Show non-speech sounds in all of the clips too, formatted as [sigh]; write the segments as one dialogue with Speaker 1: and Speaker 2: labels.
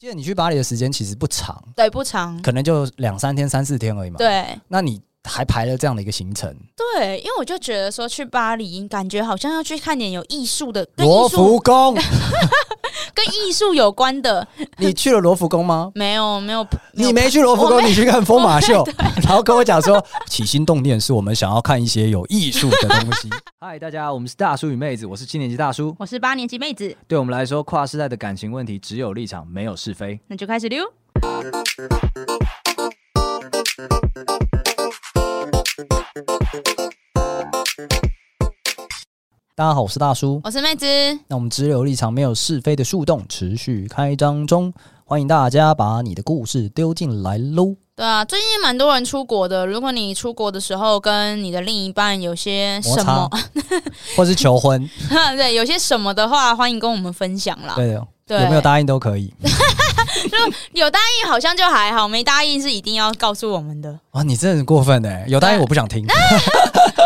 Speaker 1: 记得你去巴黎的时间其实不长，
Speaker 2: 对，不长，
Speaker 1: 可能就两三天、三四天而已嘛。，
Speaker 2: 嗯对
Speaker 1: 那你还排了这样的一个行程，
Speaker 2: 对，因为我就觉得说去巴黎，感觉好像要去看点有艺术的，跟
Speaker 1: 罗
Speaker 2: 艺
Speaker 1: 浮
Speaker 2: 术 [laughs]
Speaker 1: 宫，
Speaker 2: 跟艺术有关的，
Speaker 1: 你去了罗浮宫吗？
Speaker 2: 没
Speaker 1: [laughs]
Speaker 2: 有没有，
Speaker 1: 你没去罗浮
Speaker 2: 我
Speaker 1: 宫，
Speaker 2: 没
Speaker 1: 你去看疯马
Speaker 2: [laughs]
Speaker 1: 秀，然后跟我讲说起心动念是我们想要看一些有艺术的东 [laughs] 西。嗨，大家，我们是大叔与妹子，我是七年级大叔。
Speaker 2: 我是八年级妹子，
Speaker 1: 对我们来说，跨世代的感情问题只有立场，没有是非。
Speaker 2: 那就开始溜。
Speaker 1: 大家好，我是大叔。
Speaker 2: 我是妹子，
Speaker 1: 那我们只有立场，没有是非的树洞持续开张中，欢迎大家把你的故事丢进来喽。
Speaker 2: 对啊，最近蛮多人出国的。如果你出国的时候跟你的另一半有些
Speaker 1: 摩
Speaker 2: 什
Speaker 1: 擦
Speaker 2: 么，
Speaker 1: 或是求婚，
Speaker 2: [laughs] 对，有些什么的话，欢迎跟我们分享啦。
Speaker 1: 对的，
Speaker 2: 对，
Speaker 1: 有没有答应都可
Speaker 2: [laughs]
Speaker 1: 以。
Speaker 2: 有答应好像就还好，没答应是一定要告诉我们的。 [laughs]
Speaker 1: 哇，你真的很过分哎！有答应
Speaker 2: 对
Speaker 1: 我不想听。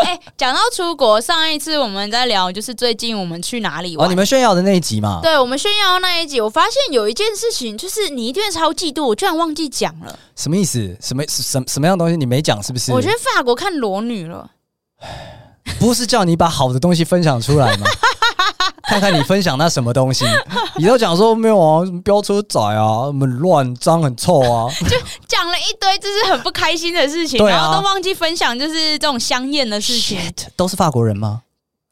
Speaker 2: 哎、讲到出国，上一次我们在聊就是最近我们去哪里
Speaker 1: 哦，
Speaker 2: 玩。
Speaker 1: 你们炫耀的那一集嘛，
Speaker 2: 对我们炫耀那一集，我发现有一件事情，就是你一定会超嫉妒，我居然忘记讲了。
Speaker 1: 什么意思？什么什什什么样的东西你没讲是不是？
Speaker 2: 我觉得法国看裸女了，
Speaker 1: 不是叫你把好的东西分享出来
Speaker 2: [laughs]
Speaker 1: 吗？看看你分享那什么东西，你都讲说没有啊，什么飙车仔啊，很乱脏很臭
Speaker 2: [laughs]
Speaker 1: 啊，
Speaker 2: 讲了一堆就是很不开心的事情，
Speaker 1: 对啊
Speaker 2: 然后都忘记分享就是这种香艳的事情。
Speaker 1: Shit，都是法国人吗？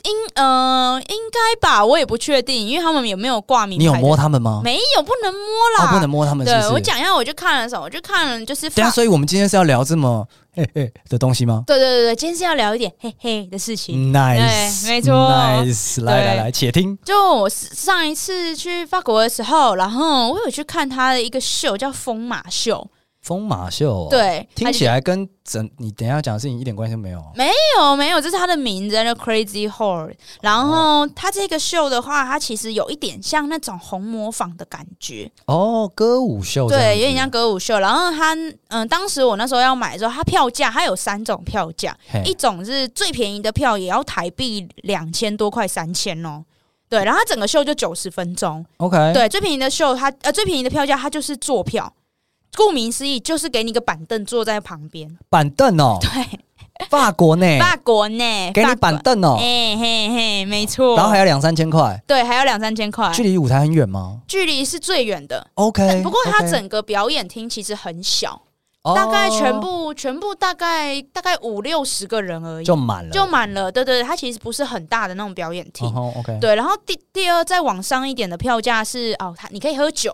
Speaker 2: 应呃应该吧，我也不确定，因为他们有没有挂名
Speaker 1: 你
Speaker 2: 牌
Speaker 1: 有摸
Speaker 2: 的？
Speaker 1: 他们吗？
Speaker 2: 没有，不能摸啦，
Speaker 1: 啊，不能摸他们是
Speaker 2: 对
Speaker 1: 不
Speaker 2: 我
Speaker 1: 是？
Speaker 2: 讲一下，我就看了什么，我就看了就是
Speaker 1: 等一下，
Speaker 2: 法
Speaker 1: 所以我们今天是要聊这么嘿嘿的东西吗
Speaker 2: 对对对对，今天是要聊一点嘿嘿的事
Speaker 1: 嗯
Speaker 2: 情。
Speaker 1: ？Nice，
Speaker 2: 对没错
Speaker 1: ，Nice，来
Speaker 2: 对
Speaker 1: 来来，且听。
Speaker 2: 就我上一次去法国的时候，然后我有去看他的一个秀，叫疯马秀。
Speaker 1: 疯马秀、哦，，
Speaker 2: 对，
Speaker 1: 听起
Speaker 2: 来
Speaker 1: 来跟整你等一下讲的事情一点关系都没有。
Speaker 2: 没有没有，这是他的名字叫 Crazy Horse。然后
Speaker 1: 哦
Speaker 2: 他这个秀的话，它其实有一点像那种红模仿的感觉，
Speaker 1: 哦，歌舞秀这样
Speaker 2: 对，
Speaker 1: 子
Speaker 2: 有点像歌舞秀。然后他嗯，当时我那时候要买的时候，它票价它有三种票价，
Speaker 1: 嘿
Speaker 2: 一种是最便宜的票，也要台币两千多块三千哦。对，然后它整个秀就九十分钟。
Speaker 1: OK，，
Speaker 2: 对，最便宜的秀它呃最便宜的票价它就是坐票，顾名思义就是给你个板凳坐在旁边。
Speaker 1: 板凳哦，
Speaker 2: 对，
Speaker 1: 法国呢，
Speaker 2: 法国呢，
Speaker 1: 哎给你
Speaker 2: 法国
Speaker 1: 板，凳哦，
Speaker 2: 哎嘿嘿，没错。
Speaker 1: 然后还要两三千块，
Speaker 2: 对，还有两三千块，
Speaker 1: 距离舞台很远吗
Speaker 2: 距离是最远的。
Speaker 1: ？OK，
Speaker 2: 哎不过它
Speaker 1: OK
Speaker 2: 整个表演厅其实很小，
Speaker 1: 哦
Speaker 2: 大概全部全部大概大概五六十个人而已，
Speaker 1: 就满了，
Speaker 2: 就满了。对对对，它其实不是很大的那种表演厅。
Speaker 1: 嗯哼 OK，
Speaker 2: 对，然后第第二再往上一点的票价是哦，它你可以喝酒，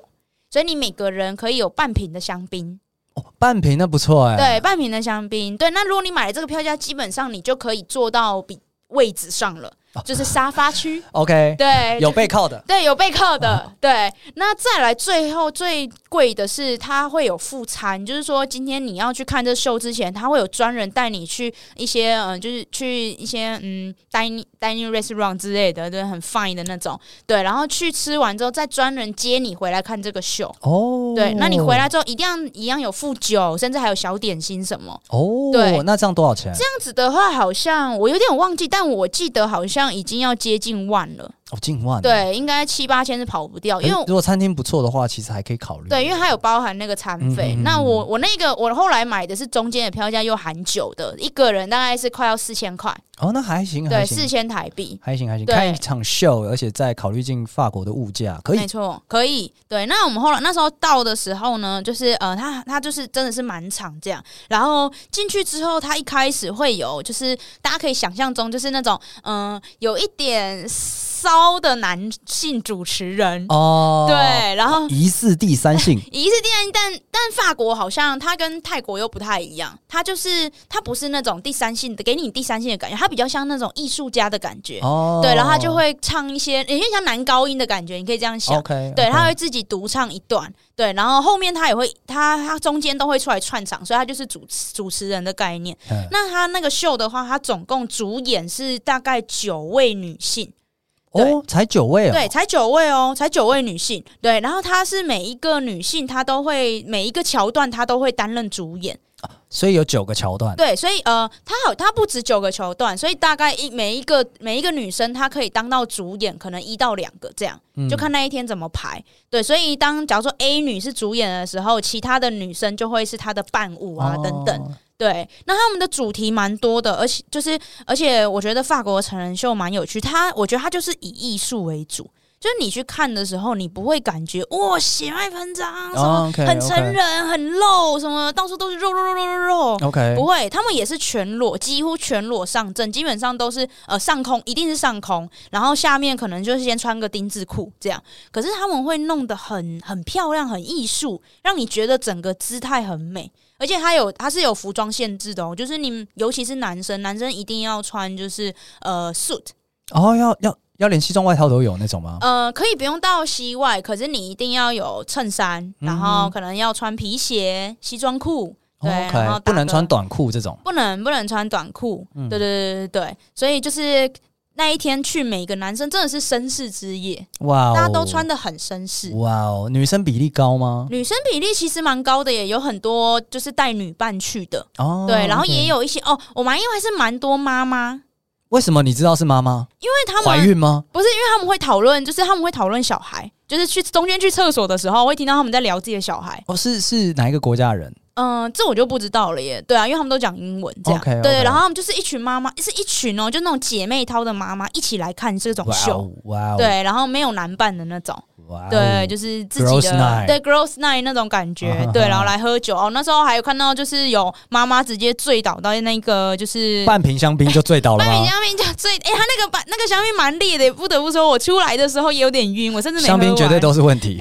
Speaker 2: 所以你每个人可以有半瓶的香槟，
Speaker 1: 哦半瓶那不错哎，，
Speaker 2: 对，半瓶的香槟。对，那如果你买了这个票价，基本上你就可以坐到比位置上了，
Speaker 1: 哦
Speaker 2: 就是沙发区。
Speaker 1: ，OK， [laughs]
Speaker 2: 对，
Speaker 1: 有
Speaker 2: 就
Speaker 1: 背靠的，
Speaker 2: 对有背靠的，对。那再来最后最贵的是，它会有副餐，就是说今天你要去看这秀之前，它会有专人带你去一些嗯、呃就是去一些嗯 dining dining restaurant 之类的，对，很 fine 的那种，对。然后去吃完之后，再专人接你回来看这个秀。
Speaker 1: 哦，
Speaker 2: 对，那你回来之后一定要一样有附酒，甚至还有小点心什么。
Speaker 1: 哦，
Speaker 2: 对
Speaker 1: 那这样多少钱？
Speaker 2: 这样子的话，好像我有点忘记，但我记得好像已经要接近万了。
Speaker 1: 哦，近万，，
Speaker 2: 对，应该七八千是跑不掉，因为
Speaker 1: 如果餐厅不错的话，其实还可以考虑，
Speaker 2: 对，因为它有包含那个餐费。
Speaker 1: 嗯嗯嗯
Speaker 2: 那我我那个我后来买的是中间的票价又含酒的，一个人大概是快要四千块，
Speaker 1: 哦，那还行，
Speaker 2: 对，
Speaker 1: 还
Speaker 2: 四
Speaker 1: 行，
Speaker 2: 千台币。
Speaker 1: 还行还行，
Speaker 2: 对
Speaker 1: 看一场秀，而且再考虑进法国的物价，可以
Speaker 2: 没错，可以。对，那我们后来那时候到的时候呢，就是呃，它它就是真的是满场这样。然后进去之后，它一开始会有，就是大家可以想象中，就是那种嗯、呃有一点骚的男性主持人，
Speaker 1: 哦，，
Speaker 2: 对，然后
Speaker 1: 疑似第三
Speaker 2: [laughs]
Speaker 1: 性
Speaker 2: 疑似电但但法国好像它跟泰国又不太一样，它就是它不是那种第三性的，给你第三性的感觉，它比较像那种艺术家的感觉。
Speaker 1: 哦，
Speaker 2: 对，然后他就会唱一些，有点像男高音的感觉，你可以这样想。
Speaker 1: OK，
Speaker 2: 对，他会自己独唱一段，对，然后后面他也会，他他中间都会出来串场，所以他就是主持主持人的概念。
Speaker 1: 嗯
Speaker 2: 那他那个秀的话，他总共主演是大概九位女性，
Speaker 1: 哦，才九位哦，
Speaker 2: 对，才九位哦，才九位女性。对，然后她是每一个女性，她都会每一个桥段，她都会担任主演。
Speaker 1: 所以有九个桥段。
Speaker 2: 对，所以呃，他好，他不止九个球段，所以大概一每一个每一个女生，她可以当到主演，可能一到两个这样，
Speaker 1: 嗯
Speaker 2: 就看那一天怎么排。对，所以当假如说 A 女是主演的时候，其他的女生就会是她的伴舞啊、等等。
Speaker 1: 哦
Speaker 2: 对，那他们的主题蛮多的，而且就是，而且我觉得法国的成人秀蛮有趣。它，我觉得它就是以艺术为主，就是你去看的时候，你不会感觉哇血脉喷张，什么
Speaker 1: 哦，OK，
Speaker 2: 很成人、很露，什么到处都是肉肉肉肉肉肉。
Speaker 1: OK，
Speaker 2: 不会，他们也是全裸，几乎全裸上阵，基本上都是呃上空，一定是上空，然后下面可能就是先穿个丁字裤这样。可是他们会弄得很很漂亮，很艺术，让你觉得整个姿态很美。而且它有它是有服装限制的哦，就是你们尤其是男生，男生一定要穿就是呃 suit，
Speaker 1: 哦，要要要连西装外套都有那种吗？
Speaker 2: 呃可以不用到膝外，可是你一定要有衬衫，然后可能要穿皮鞋、西装裤，对
Speaker 1: 嗯哦
Speaker 2: 然后
Speaker 1: OK，
Speaker 2: 打
Speaker 1: 不能
Speaker 2: 个
Speaker 1: 穿短裤这种。
Speaker 2: 不能不能穿短裤，
Speaker 1: 嗯
Speaker 2: 对对对对对，所以就是那一天去，每个男生真的是绅士之夜，
Speaker 1: 哇哦，
Speaker 2: 大家都穿的很绅士。
Speaker 1: 哇哦，女生比例高吗？
Speaker 2: 女生比例其实蛮高的耶，也有很多就是带女伴去的，
Speaker 1: 哦，
Speaker 2: 对，然后
Speaker 1: OK
Speaker 2: 也有一些哦，我们因为还是蛮多妈妈，
Speaker 1: 为什么你知道是妈妈？
Speaker 2: 因为他
Speaker 1: 怀
Speaker 2: 们
Speaker 1: 孕吗？
Speaker 2: 不是因为他们会讨论，就是他们会讨论小孩，就是去中间去厕所的时候会听到他们在聊自己的小孩，
Speaker 1: 哦，是是哪一个国家人？
Speaker 2: 嗯、这我就不知道了耶。对啊，因为他们都讲英文这样。
Speaker 1: OK，OK
Speaker 2: 对，然后他们就是一群妈妈，是一群哦，就那种姐妹淘的妈妈一起来看这种
Speaker 1: 哇
Speaker 2: 秀。
Speaker 1: 哦，哇哦，
Speaker 2: 对，然后没有男伴的那种，
Speaker 1: 哇哦，
Speaker 2: 对，就是自己
Speaker 1: Girls'
Speaker 2: 的
Speaker 1: night
Speaker 2: 对 girls night 那种感觉
Speaker 1: 啊哈哈，
Speaker 2: 对，然后来喝酒哦。那时候还有看到就是有妈妈直接醉倒到那个就是
Speaker 1: [laughs] 半瓶香槟就醉倒了
Speaker 2: 半
Speaker 1: 吗
Speaker 2: 瓶？香槟就醉，哎，他那个半那个香槟蛮烈的，不得不说我出来的时候也有点晕，我甚至没喝
Speaker 1: 香槟绝对
Speaker 2: 完
Speaker 1: 都是问题。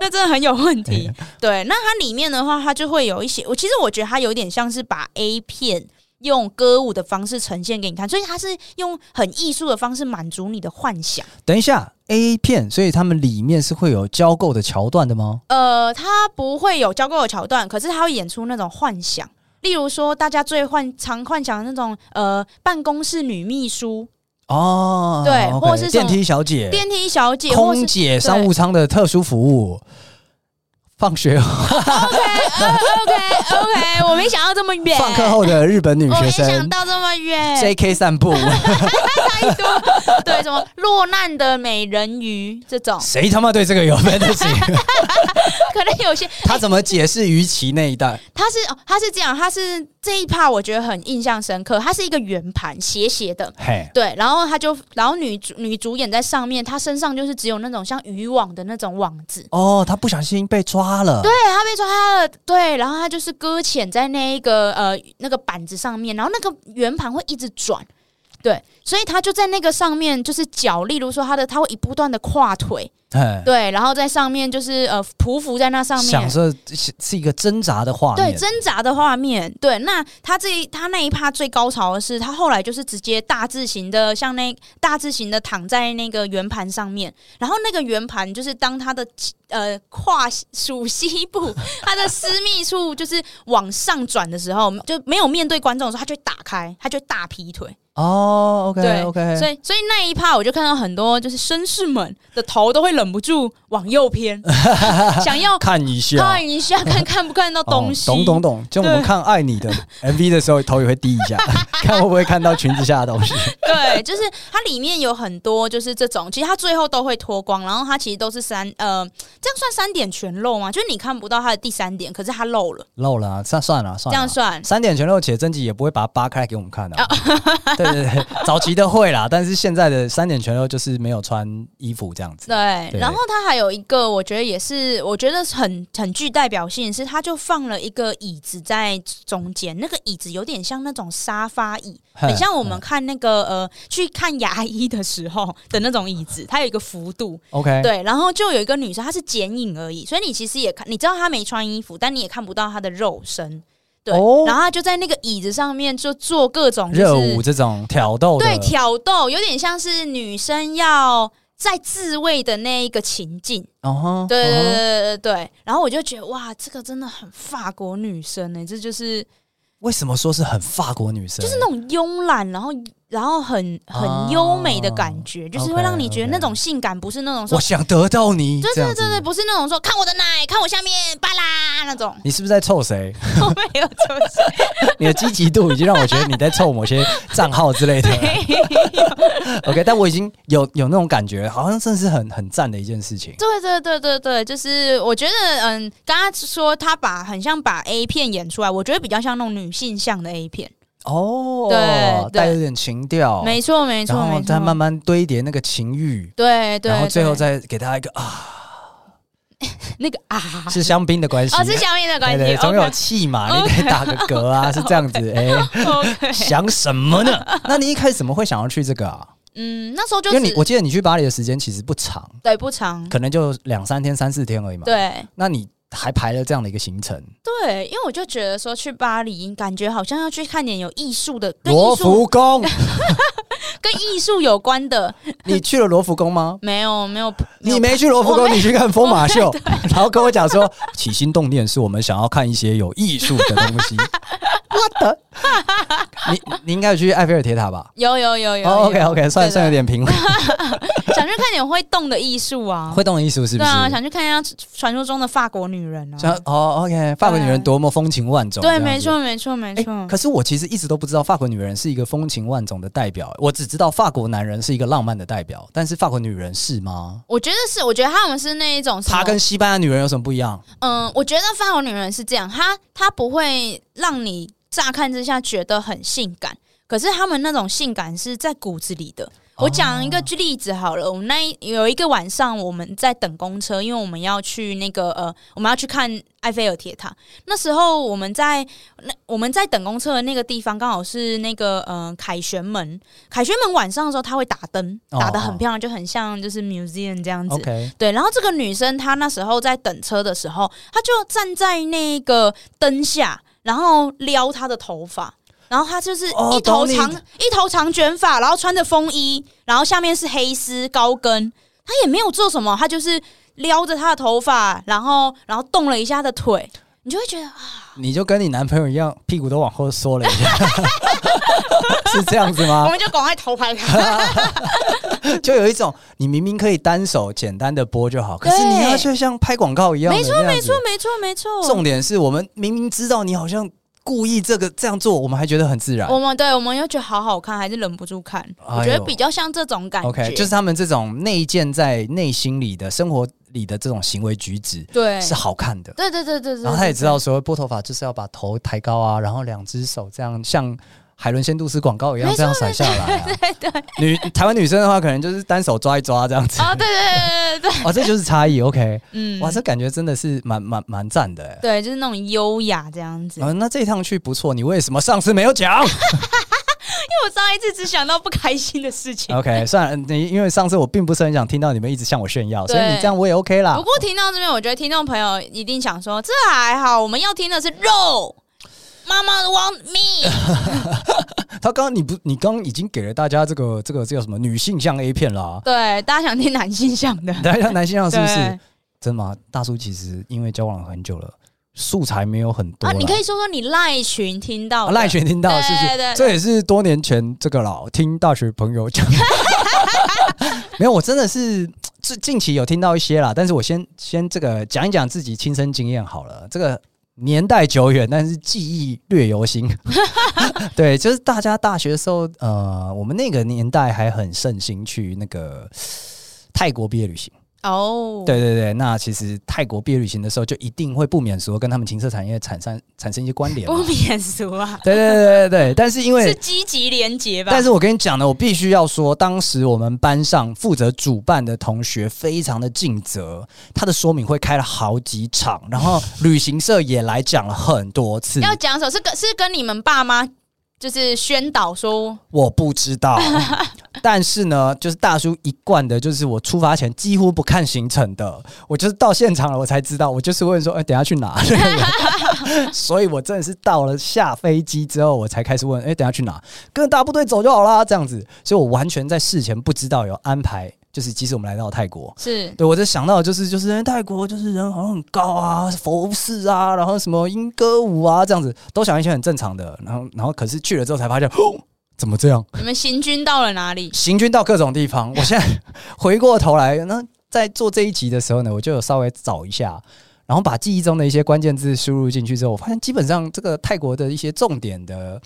Speaker 2: 那真的很有问
Speaker 1: [laughs]
Speaker 2: 题。对，那它里面的话，它就会有一些，我其实我觉得它有点像是把 A 片。用歌舞的方式呈现给你看，所以它是用很艺术的方式满足你的幻想。
Speaker 1: 等一下，A 片，所以他们里面是会有交媾的桥段的吗？
Speaker 2: 呃，它不会有交媾的桥段，可是它会演出那种幻想，例如说大家最幻常幻想的那种呃办公室女秘书、
Speaker 1: 哦，
Speaker 2: 对
Speaker 1: OK，
Speaker 2: 或是什
Speaker 1: 电
Speaker 2: 么
Speaker 1: 梯小姐、
Speaker 2: 电梯小姐，或是
Speaker 1: 空姐、商务舱的特殊服务。放学
Speaker 2: [laughs]
Speaker 1: 后
Speaker 2: OK OK，我没想到这么远，
Speaker 1: 放课后的日本女
Speaker 2: 我
Speaker 1: 学
Speaker 2: 没想
Speaker 1: 生
Speaker 2: 到这么远，
Speaker 1: ，J.K. 散步， [laughs]
Speaker 2: 太多，对什么落难的美人鱼这
Speaker 1: [laughs]
Speaker 2: 种，
Speaker 1: 谁他妈对这个有 fantasy？
Speaker 2: 可能有些
Speaker 1: 他怎么解释于其那一带？
Speaker 2: 它是哦，它是这样，它是这一趴我觉得很印象深刻，它是一个圆盘斜斜的。
Speaker 1: 嘿，
Speaker 2: 对，然后它就，然后女主女主演在上面，她身上就是只有那种像渔网的那种网子。
Speaker 1: 哦，他不小心被抓了，
Speaker 2: 对，她被抓了，对，然后她就是搁浅在那一个呃那个板子上面，然后那个圆盘会一直转，对，所以她就在那个上面，就是脚，例如说她的，她会一不断的跨腿，
Speaker 1: 嘿，
Speaker 2: 对，然后在上面就是呃匍匐在那上面，
Speaker 1: 享受是是一个挣扎的画
Speaker 2: 对
Speaker 1: 面，
Speaker 2: 挣扎的画面，对，那他这一他那一趴最高潮的是，他后来就是直接大字型的，像那大字型的躺在那个圆盘上面，然后那个圆盘就是当他的呃胯属膝部， [laughs] 他的私密处就是往上转的时候，就没有面对观众的时候，他就会打开，他就会大劈腿，
Speaker 1: 哦
Speaker 2: 对
Speaker 1: ，OK OK，
Speaker 2: 所以所以那一趴我就看到很多就是绅士们的头都会忍不住往右
Speaker 1: [laughs]
Speaker 2: 偏，想要
Speaker 1: 看一下，
Speaker 2: 看一下看看不看到东西，
Speaker 1: 哦懂懂懂。就我们
Speaker 2: 对
Speaker 1: 看《爱
Speaker 2: [laughs]
Speaker 1: 你的》MV 的时候，头也会低一下，看会不会看到裙子下的东西。
Speaker 2: 对，就是它里面有很多就是这种，其实它最后都会脱光，然后它其实都是三呃，这样算三点全露吗？就是你看不到它的第三点，可是它露了，
Speaker 1: 漏了、啊，算算了、
Speaker 2: 这
Speaker 1: 算了、
Speaker 2: 样算。
Speaker 1: 三点全漏，且真集也不会把它扒开来给我们看的、啊
Speaker 2: 哦
Speaker 1: 对对对，
Speaker 2: [laughs]
Speaker 1: 早期的会啦，但是现在的三点全漏就是没有穿衣服这样子。
Speaker 2: 对，
Speaker 1: 对
Speaker 2: 然后它还有一个，我觉得也是，我觉得很很具代表性，是它就放了一个椅子在中间，那个椅子有点像那种沙发椅，
Speaker 1: 嘿
Speaker 2: 很像我们看那个呃去看牙医的时候的那种椅子，它有一个幅度，
Speaker 1: OK，
Speaker 2: 对，然后就有一个女生，她是剪影而已，所以你其实也看，你知道她没穿衣服，但你也看不到她的肉身。对，
Speaker 1: 哦
Speaker 2: 然后她就在那个椅子上面就做各种就是
Speaker 1: 热舞这种挑逗的，
Speaker 2: 对挑逗，有点像是女生要在自慰的那一个情境。
Speaker 1: 嗯哼，
Speaker 2: 对对对
Speaker 1: 嗯哼
Speaker 2: 对对对。然后我就觉得哇，这个真的很法国女生呢、这就是
Speaker 1: 为什么说是很法国女生？
Speaker 2: 就是那种慵懒，然后然后很
Speaker 1: 哦
Speaker 2: 很优美的感觉，就是会让你觉得
Speaker 1: OK，OK
Speaker 2: 那种性感不是那种说
Speaker 1: 我，想得到你，
Speaker 2: 对
Speaker 1: 这
Speaker 2: 对
Speaker 1: 样
Speaker 2: 对对，
Speaker 1: 子。，
Speaker 2: 不是那种说看我的奶，看我下面，巴拉那种
Speaker 1: [laughs]
Speaker 2: [laughs]
Speaker 1: 你是不是在臭谁？
Speaker 2: 我没有这么说，
Speaker 1: 你的积极度已经让我觉得你在臭某些账号之
Speaker 2: [laughs]
Speaker 1: 类的。OK，但我已经有有那种感觉，好像真的是很很赞的一件事情。
Speaker 2: 对对对对对，就是我觉得，嗯，刚刚说他把很像把 A 片演出来，我觉得比较像那种女性向的 A 片，
Speaker 1: 哦，
Speaker 2: 对对
Speaker 1: 带有点情调，
Speaker 2: 没错没错
Speaker 1: 哦然
Speaker 2: 没
Speaker 1: 后
Speaker 2: 错，
Speaker 1: 再慢慢堆叠那个情欲，
Speaker 2: 对对，
Speaker 1: 然后最后
Speaker 2: 对
Speaker 1: 再给大家一个啊，
Speaker 2: 那个啊，
Speaker 1: 是香槟的关系。
Speaker 2: 哦是下面的关
Speaker 1: 对
Speaker 2: 系
Speaker 1: 对，总有
Speaker 2: ，OK 哦
Speaker 1: 气嘛，你得打个嗝
Speaker 2: [laughs]
Speaker 1: 啊，是这样子。哎，
Speaker 2: OK，
Speaker 1: 想什么
Speaker 2: [laughs]
Speaker 1: 呢？那你一开始怎么会想要去这个啊？
Speaker 2: 嗯，那时候就
Speaker 1: 因为你
Speaker 2: 只
Speaker 1: 我记得你去巴黎的时间其实不长，
Speaker 2: 对不长，
Speaker 1: 可能就两三天、三四天而已嘛。，
Speaker 2: 对。
Speaker 1: 那你还排了这样的一个行程，
Speaker 2: 对，因为我就觉得说去巴黎，感觉好像要去看点有艺术的，跟
Speaker 1: 罗
Speaker 2: 艺
Speaker 1: 浮
Speaker 2: 术
Speaker 1: 宫，
Speaker 2: 跟艺术有关的。
Speaker 1: [laughs] 你去了罗浮宫吗？
Speaker 2: 没有， [laughs] 没有，
Speaker 1: 你没去罗浮
Speaker 2: 我
Speaker 1: 宫，
Speaker 2: 没
Speaker 1: 你去看疯马
Speaker 2: [laughs]
Speaker 1: 秀， [laughs] 然后跟我讲说起心动念是我们想要看一些有艺术的东
Speaker 2: [laughs]
Speaker 1: 西。What the？你你应该有去埃菲尔铁塔吧？
Speaker 2: 有有有有有。
Speaker 1: 哦、o k OK，算
Speaker 2: 对
Speaker 1: 算有
Speaker 2: 的
Speaker 1: 点
Speaker 2: [laughs]
Speaker 1: 平稳，
Speaker 2: 想去看点会动的艺术
Speaker 1: [laughs]
Speaker 2: 啊。
Speaker 1: 会动的艺术是不
Speaker 2: 对
Speaker 1: 是？
Speaker 2: 啊，想去看一下传说中的法国女人
Speaker 1: 像
Speaker 2: 啊。
Speaker 1: 哦，OK，法国女人多么风情万种，
Speaker 2: 对，
Speaker 1: 这样子
Speaker 2: 没。错，没错，没
Speaker 1: 哎
Speaker 2: 错。
Speaker 1: 可是我其实一直都不知道法国女人是一个风情万种的代表，我只知道法国男人是一个浪漫的代表，但是法国女人是吗？
Speaker 2: 我觉得是，我觉得他们是那一种什么
Speaker 1: 她跟西班牙女人有什么不一样？
Speaker 2: 嗯，我觉得法国女人是这样，她她不会让你乍看之下觉得很性感，可是她们那种性感是在骨子里的。我讲
Speaker 1: 哦
Speaker 2: 一个举例子好了，我们那一有一个晚上我们在等公车，因为我们要去那个呃，我们要去看埃菲尔铁塔。那时候我们在那我们在等公车的那个地方，刚好是那个呃凯旋门。凯旋门晚上的时候，它会打灯，
Speaker 1: 哦
Speaker 2: 打得很
Speaker 1: 哦
Speaker 2: 漂亮，就很像就是 museum 这样子。
Speaker 1: OK，
Speaker 2: 对，然后这个女生她那时候在等车的时候，她就站在那个灯下，然后撩她的头发，然后她就是
Speaker 1: 哦
Speaker 2: 一头
Speaker 1: 懂你
Speaker 2: 长、一头长卷发，然后穿着风衣，然后下面是黑丝高跟，她也没有做什么，她就是撩着她的头发，然后然后动了一下她的腿，你就会觉得啊
Speaker 1: 你就跟你男朋友一样，屁股都往后缩了一下， [laughs] 是这样子
Speaker 2: 我 [laughs]
Speaker 1: 吗？
Speaker 2: 们就赶快偷拍她。
Speaker 1: [laughs] 就有一种你明明可以单手简单的播就好，可是
Speaker 2: 对
Speaker 1: 你要却像拍广告一样的
Speaker 2: 没错，
Speaker 1: 那样
Speaker 2: 没
Speaker 1: 子
Speaker 2: 错，没错，没错。
Speaker 1: 重点是我们明明知道你好像故意这个这样做，我们还觉得很自然。
Speaker 2: [laughs] 我们对我们又觉得好好看，还是忍不住看。我觉
Speaker 1: 哎
Speaker 2: 得
Speaker 1: 呦
Speaker 2: 比较像这种感觉
Speaker 1: OK，就是他们这种内建在内心里的生活里的这种行为举止
Speaker 2: 对，
Speaker 1: 是好看的。
Speaker 2: 对对对对对。
Speaker 1: 然后他也
Speaker 2: 对
Speaker 1: 知道说，拨头发就是要把头抬高啊，然后两只手这样像海伦仙度斯广告一样
Speaker 2: 没错
Speaker 1: 这样甩下
Speaker 2: [laughs]
Speaker 1: 来、啊。对对女台湾女生的话，可能就是单手抓一抓这样子。
Speaker 2: 啊，对对对对对，
Speaker 1: 哦，这就是差异。OK，
Speaker 2: [laughs] 嗯，
Speaker 1: 哇，这感觉真的是蛮蛮蛮赞的欸。
Speaker 2: 对，就是那种优雅这样子。因
Speaker 1: 嗯、那这一趟去不错，你为什么上次没有讲
Speaker 2: 为我上一次只想到不开心的事情，
Speaker 1: ？OK，算 [laughs] 了，你因为上次我并不是很想听到你们一直向我炫耀，所以你
Speaker 2: 对
Speaker 1: 这样我也 OK 啦
Speaker 2: 不。过听到这边，我觉得听众朋友一定想说，这还好，我们要听的是肉。妈妈 want me，
Speaker 1: 他刚刚你不，你刚刚已经给了大家这个这个这叫什么女性向 A 片啦、啊 [laughs]
Speaker 2: 对，大家想听男性向的，
Speaker 1: 大家男性向是不是
Speaker 2: 对？
Speaker 1: 真的吗？大叔其实因为交往了很久了，素材没有很多
Speaker 2: 啊，
Speaker 1: 啦。
Speaker 2: 你可以说说你赖群听
Speaker 1: 啊
Speaker 2: 到的
Speaker 1: 赖群听到
Speaker 2: 对
Speaker 1: 是不
Speaker 2: 对
Speaker 1: 是？
Speaker 2: 对
Speaker 1: 这也是多年前这个老听大学朋友讲。 [laughs] 没有，我真的是最近期有听到一些啦，但是我先先这个讲一讲自己亲身经验好了。这个年代久远，但是记忆略犹
Speaker 2: [laughs]
Speaker 1: 新。 [laughs] 对，就是大家大学的时候，呃，我们那个年代还很盛行去那个泰国毕业旅行。
Speaker 2: 哦，
Speaker 1: 对对对，那其实泰国毕业旅行的时候，就一定会不免俗地跟他们情色产业产生产生一些关联嘛。
Speaker 2: 不免俗 [laughs] 啊，
Speaker 1: 对对对对对，但是因为
Speaker 2: 是积极连结吧？
Speaker 1: 但是我跟你讲呢，我必须要说，当时我们班上负责主办的同学非常的尽责，他的说明会开了好几场，然后旅行社也来讲了很多次。
Speaker 2: 要讲什么？是跟是跟你们爸妈就是宣导说，
Speaker 1: 我不知道，但是呢，就是大叔一贯的，就是我出发前几乎不看行程的，我就是到现场了，我才知道，我就是问说，哎、等一下去哪？所以我真的是到了下飞机之后，我才开始问，哎、等一下去哪？跟着大部队走就好啦，这样子。所以我完全在事前不知道有安排，就是即使我们来到泰国，
Speaker 2: 是
Speaker 1: 对我在想到的就是就是、哎泰国就是人好像很高啊，佛寺啊，然后什么莺歌舞啊这样子，都想一些很正常的，然后然后可是去了之后才发现，哦怎么这样？
Speaker 2: 你们行军到了哪里？
Speaker 1: 行军到各种地方。我现在 [laughs] 回过头来，那在做这一集的时候呢，我就有稍微找一下，然后把记忆中的一些关键字输入进去之后，我发现基本上这个泰国的一些重点的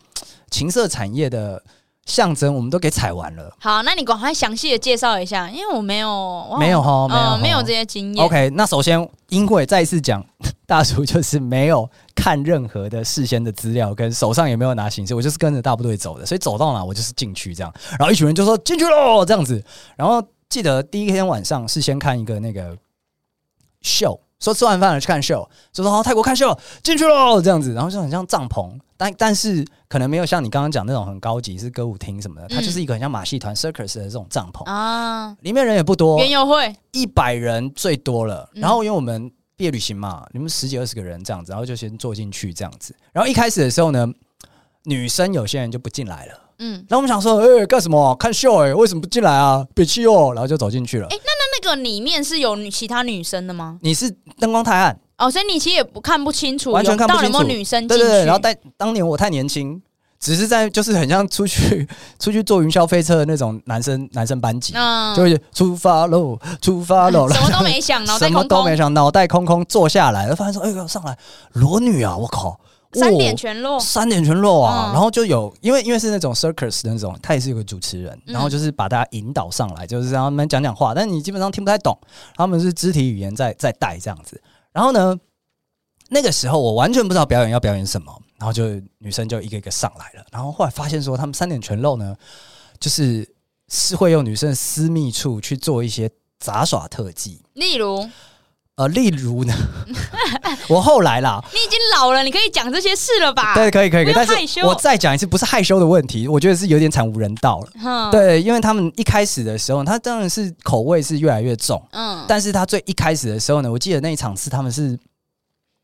Speaker 1: 情色产业的象征，我们都给踩完了。
Speaker 2: 好，那你赶快详细的介绍一下，因为我没有，我好
Speaker 1: 没有，哈，没有
Speaker 2: 呃
Speaker 1: 吼、，
Speaker 2: 没有这些经验。
Speaker 1: OK，那首先，因为再次讲， [laughs] 大叔就是没有看任何的事先的资料，跟手上也没有拿行事，我就是跟着大部队走的，所以走到哪我就是进去这样。然后一群人就说进去喽这样子。然后记得第一天晚上是先看一个那个秀，说吃完饭了去看秀，就说哦泰国看秀进去喽这样子，然后就很像帐篷，但但是可能没有像你刚刚讲那种很高级是歌舞厅什么的，它就是一个很像马戏团 circus 的这种帐篷，
Speaker 2: 啊，
Speaker 1: 里面人也不多，
Speaker 2: 园游会，
Speaker 1: 一百人最多了，
Speaker 2: 嗯
Speaker 1: 然后因为我们毕业旅行嘛，你们十几二十个人这样子，然后就先坐进去这样子。然后一开始的时候呢，女生有些人就不进来了，
Speaker 2: 嗯，
Speaker 1: 然后我们想说，哎、干什么？看秀哎、为什么不进来啊？别气哦，然后就走进去了。
Speaker 2: 那那个里面是有女其他女生的吗？
Speaker 1: 你是灯光太暗，
Speaker 2: 哦，所以你其实也不看不清楚，
Speaker 1: 完全
Speaker 2: 有
Speaker 1: 看不
Speaker 2: 到底有没
Speaker 1: 清
Speaker 2: 有
Speaker 1: 楚
Speaker 2: 女生进
Speaker 1: 对
Speaker 2: 去？
Speaker 1: 对对，然后但当年我太年轻。只是在就是很像出去 [laughs] 出去坐云霄飞车的那种男生男生班级，
Speaker 2: 嗯，
Speaker 1: 就会出发喽，出
Speaker 2: [laughs]
Speaker 1: 发喽，
Speaker 2: 什么都没想，脑袋
Speaker 1: 什么
Speaker 2: 空
Speaker 1: 都没
Speaker 2: 空，
Speaker 1: 想，脑袋空空坐下来，发现说：“哎呦，上来裸女啊！我靠，
Speaker 2: 三
Speaker 1: 哦
Speaker 2: 点全落，
Speaker 1: 三点全露啊！”
Speaker 2: 嗯
Speaker 1: 然后就有，因为因为是那种 circus 的那种，他也是有个主持人，
Speaker 2: 嗯
Speaker 1: 然后就是把大家引导上来，就是让他们讲讲话，但你基本上听不太懂，他们是肢体语言在在带这样子。然后呢，那个时候我完全不知道表演要表演什么，然后就女生就一个一个上来了，然后后来发现说，他们三点全露呢，就是是会用女生的私密处去做一些杂耍特技。
Speaker 2: 例如，
Speaker 1: 呃，例如呢， [laughs] 我后来啦，
Speaker 2: 你已经老了，你可以讲这些事了吧？
Speaker 1: 对，可以，可以，可以
Speaker 2: 不要
Speaker 1: 但
Speaker 2: 害
Speaker 1: 是
Speaker 2: 羞
Speaker 1: 我再讲一次，不是害羞的问题，我觉得是有点惨无人道了。
Speaker 2: 嗯，，
Speaker 1: 对，因为他们一开始的时候，他当然是口味是越来越重，
Speaker 2: 嗯，
Speaker 1: 但是他最一开始的时候呢，我记得那一场是他们是，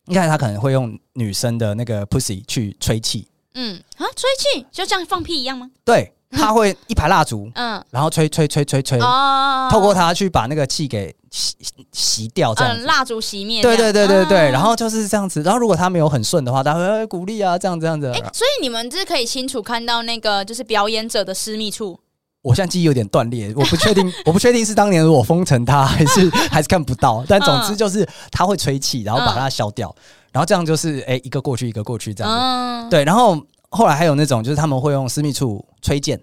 Speaker 1: 一开始他可能会用女生的那个 pussy 去吹气，
Speaker 2: 嗯啊，吹气就像放屁一样吗？
Speaker 1: 对，他会一排蜡烛，
Speaker 2: 嗯，
Speaker 1: 然后吹吹吹吹吹，
Speaker 2: 哦，
Speaker 1: 透过它去把那个气给吸吸掉，这样子
Speaker 2: 嗯，。蜡烛熄灭这
Speaker 1: 对
Speaker 2: 样，
Speaker 1: 对对对对，
Speaker 2: 啊
Speaker 1: 然后就是这样子。然后如果他没有很顺的话，他会哎鼓励啊，这样这样子。
Speaker 2: 哎、所以你们是可以清楚看到那个就是表演者的私密处，
Speaker 1: 我现在记忆有点断裂， [laughs] 我不确定，我不确定是当年我封尘他，还是 [laughs] 还是看不到。
Speaker 2: 嗯
Speaker 1: 但总之就是他会吹气，然后把它消掉，然后这样就是哎、一个过去一个过去这样子。
Speaker 2: 嗯，
Speaker 1: 对，然后后来还有那种就是他们会用私密处吹箭，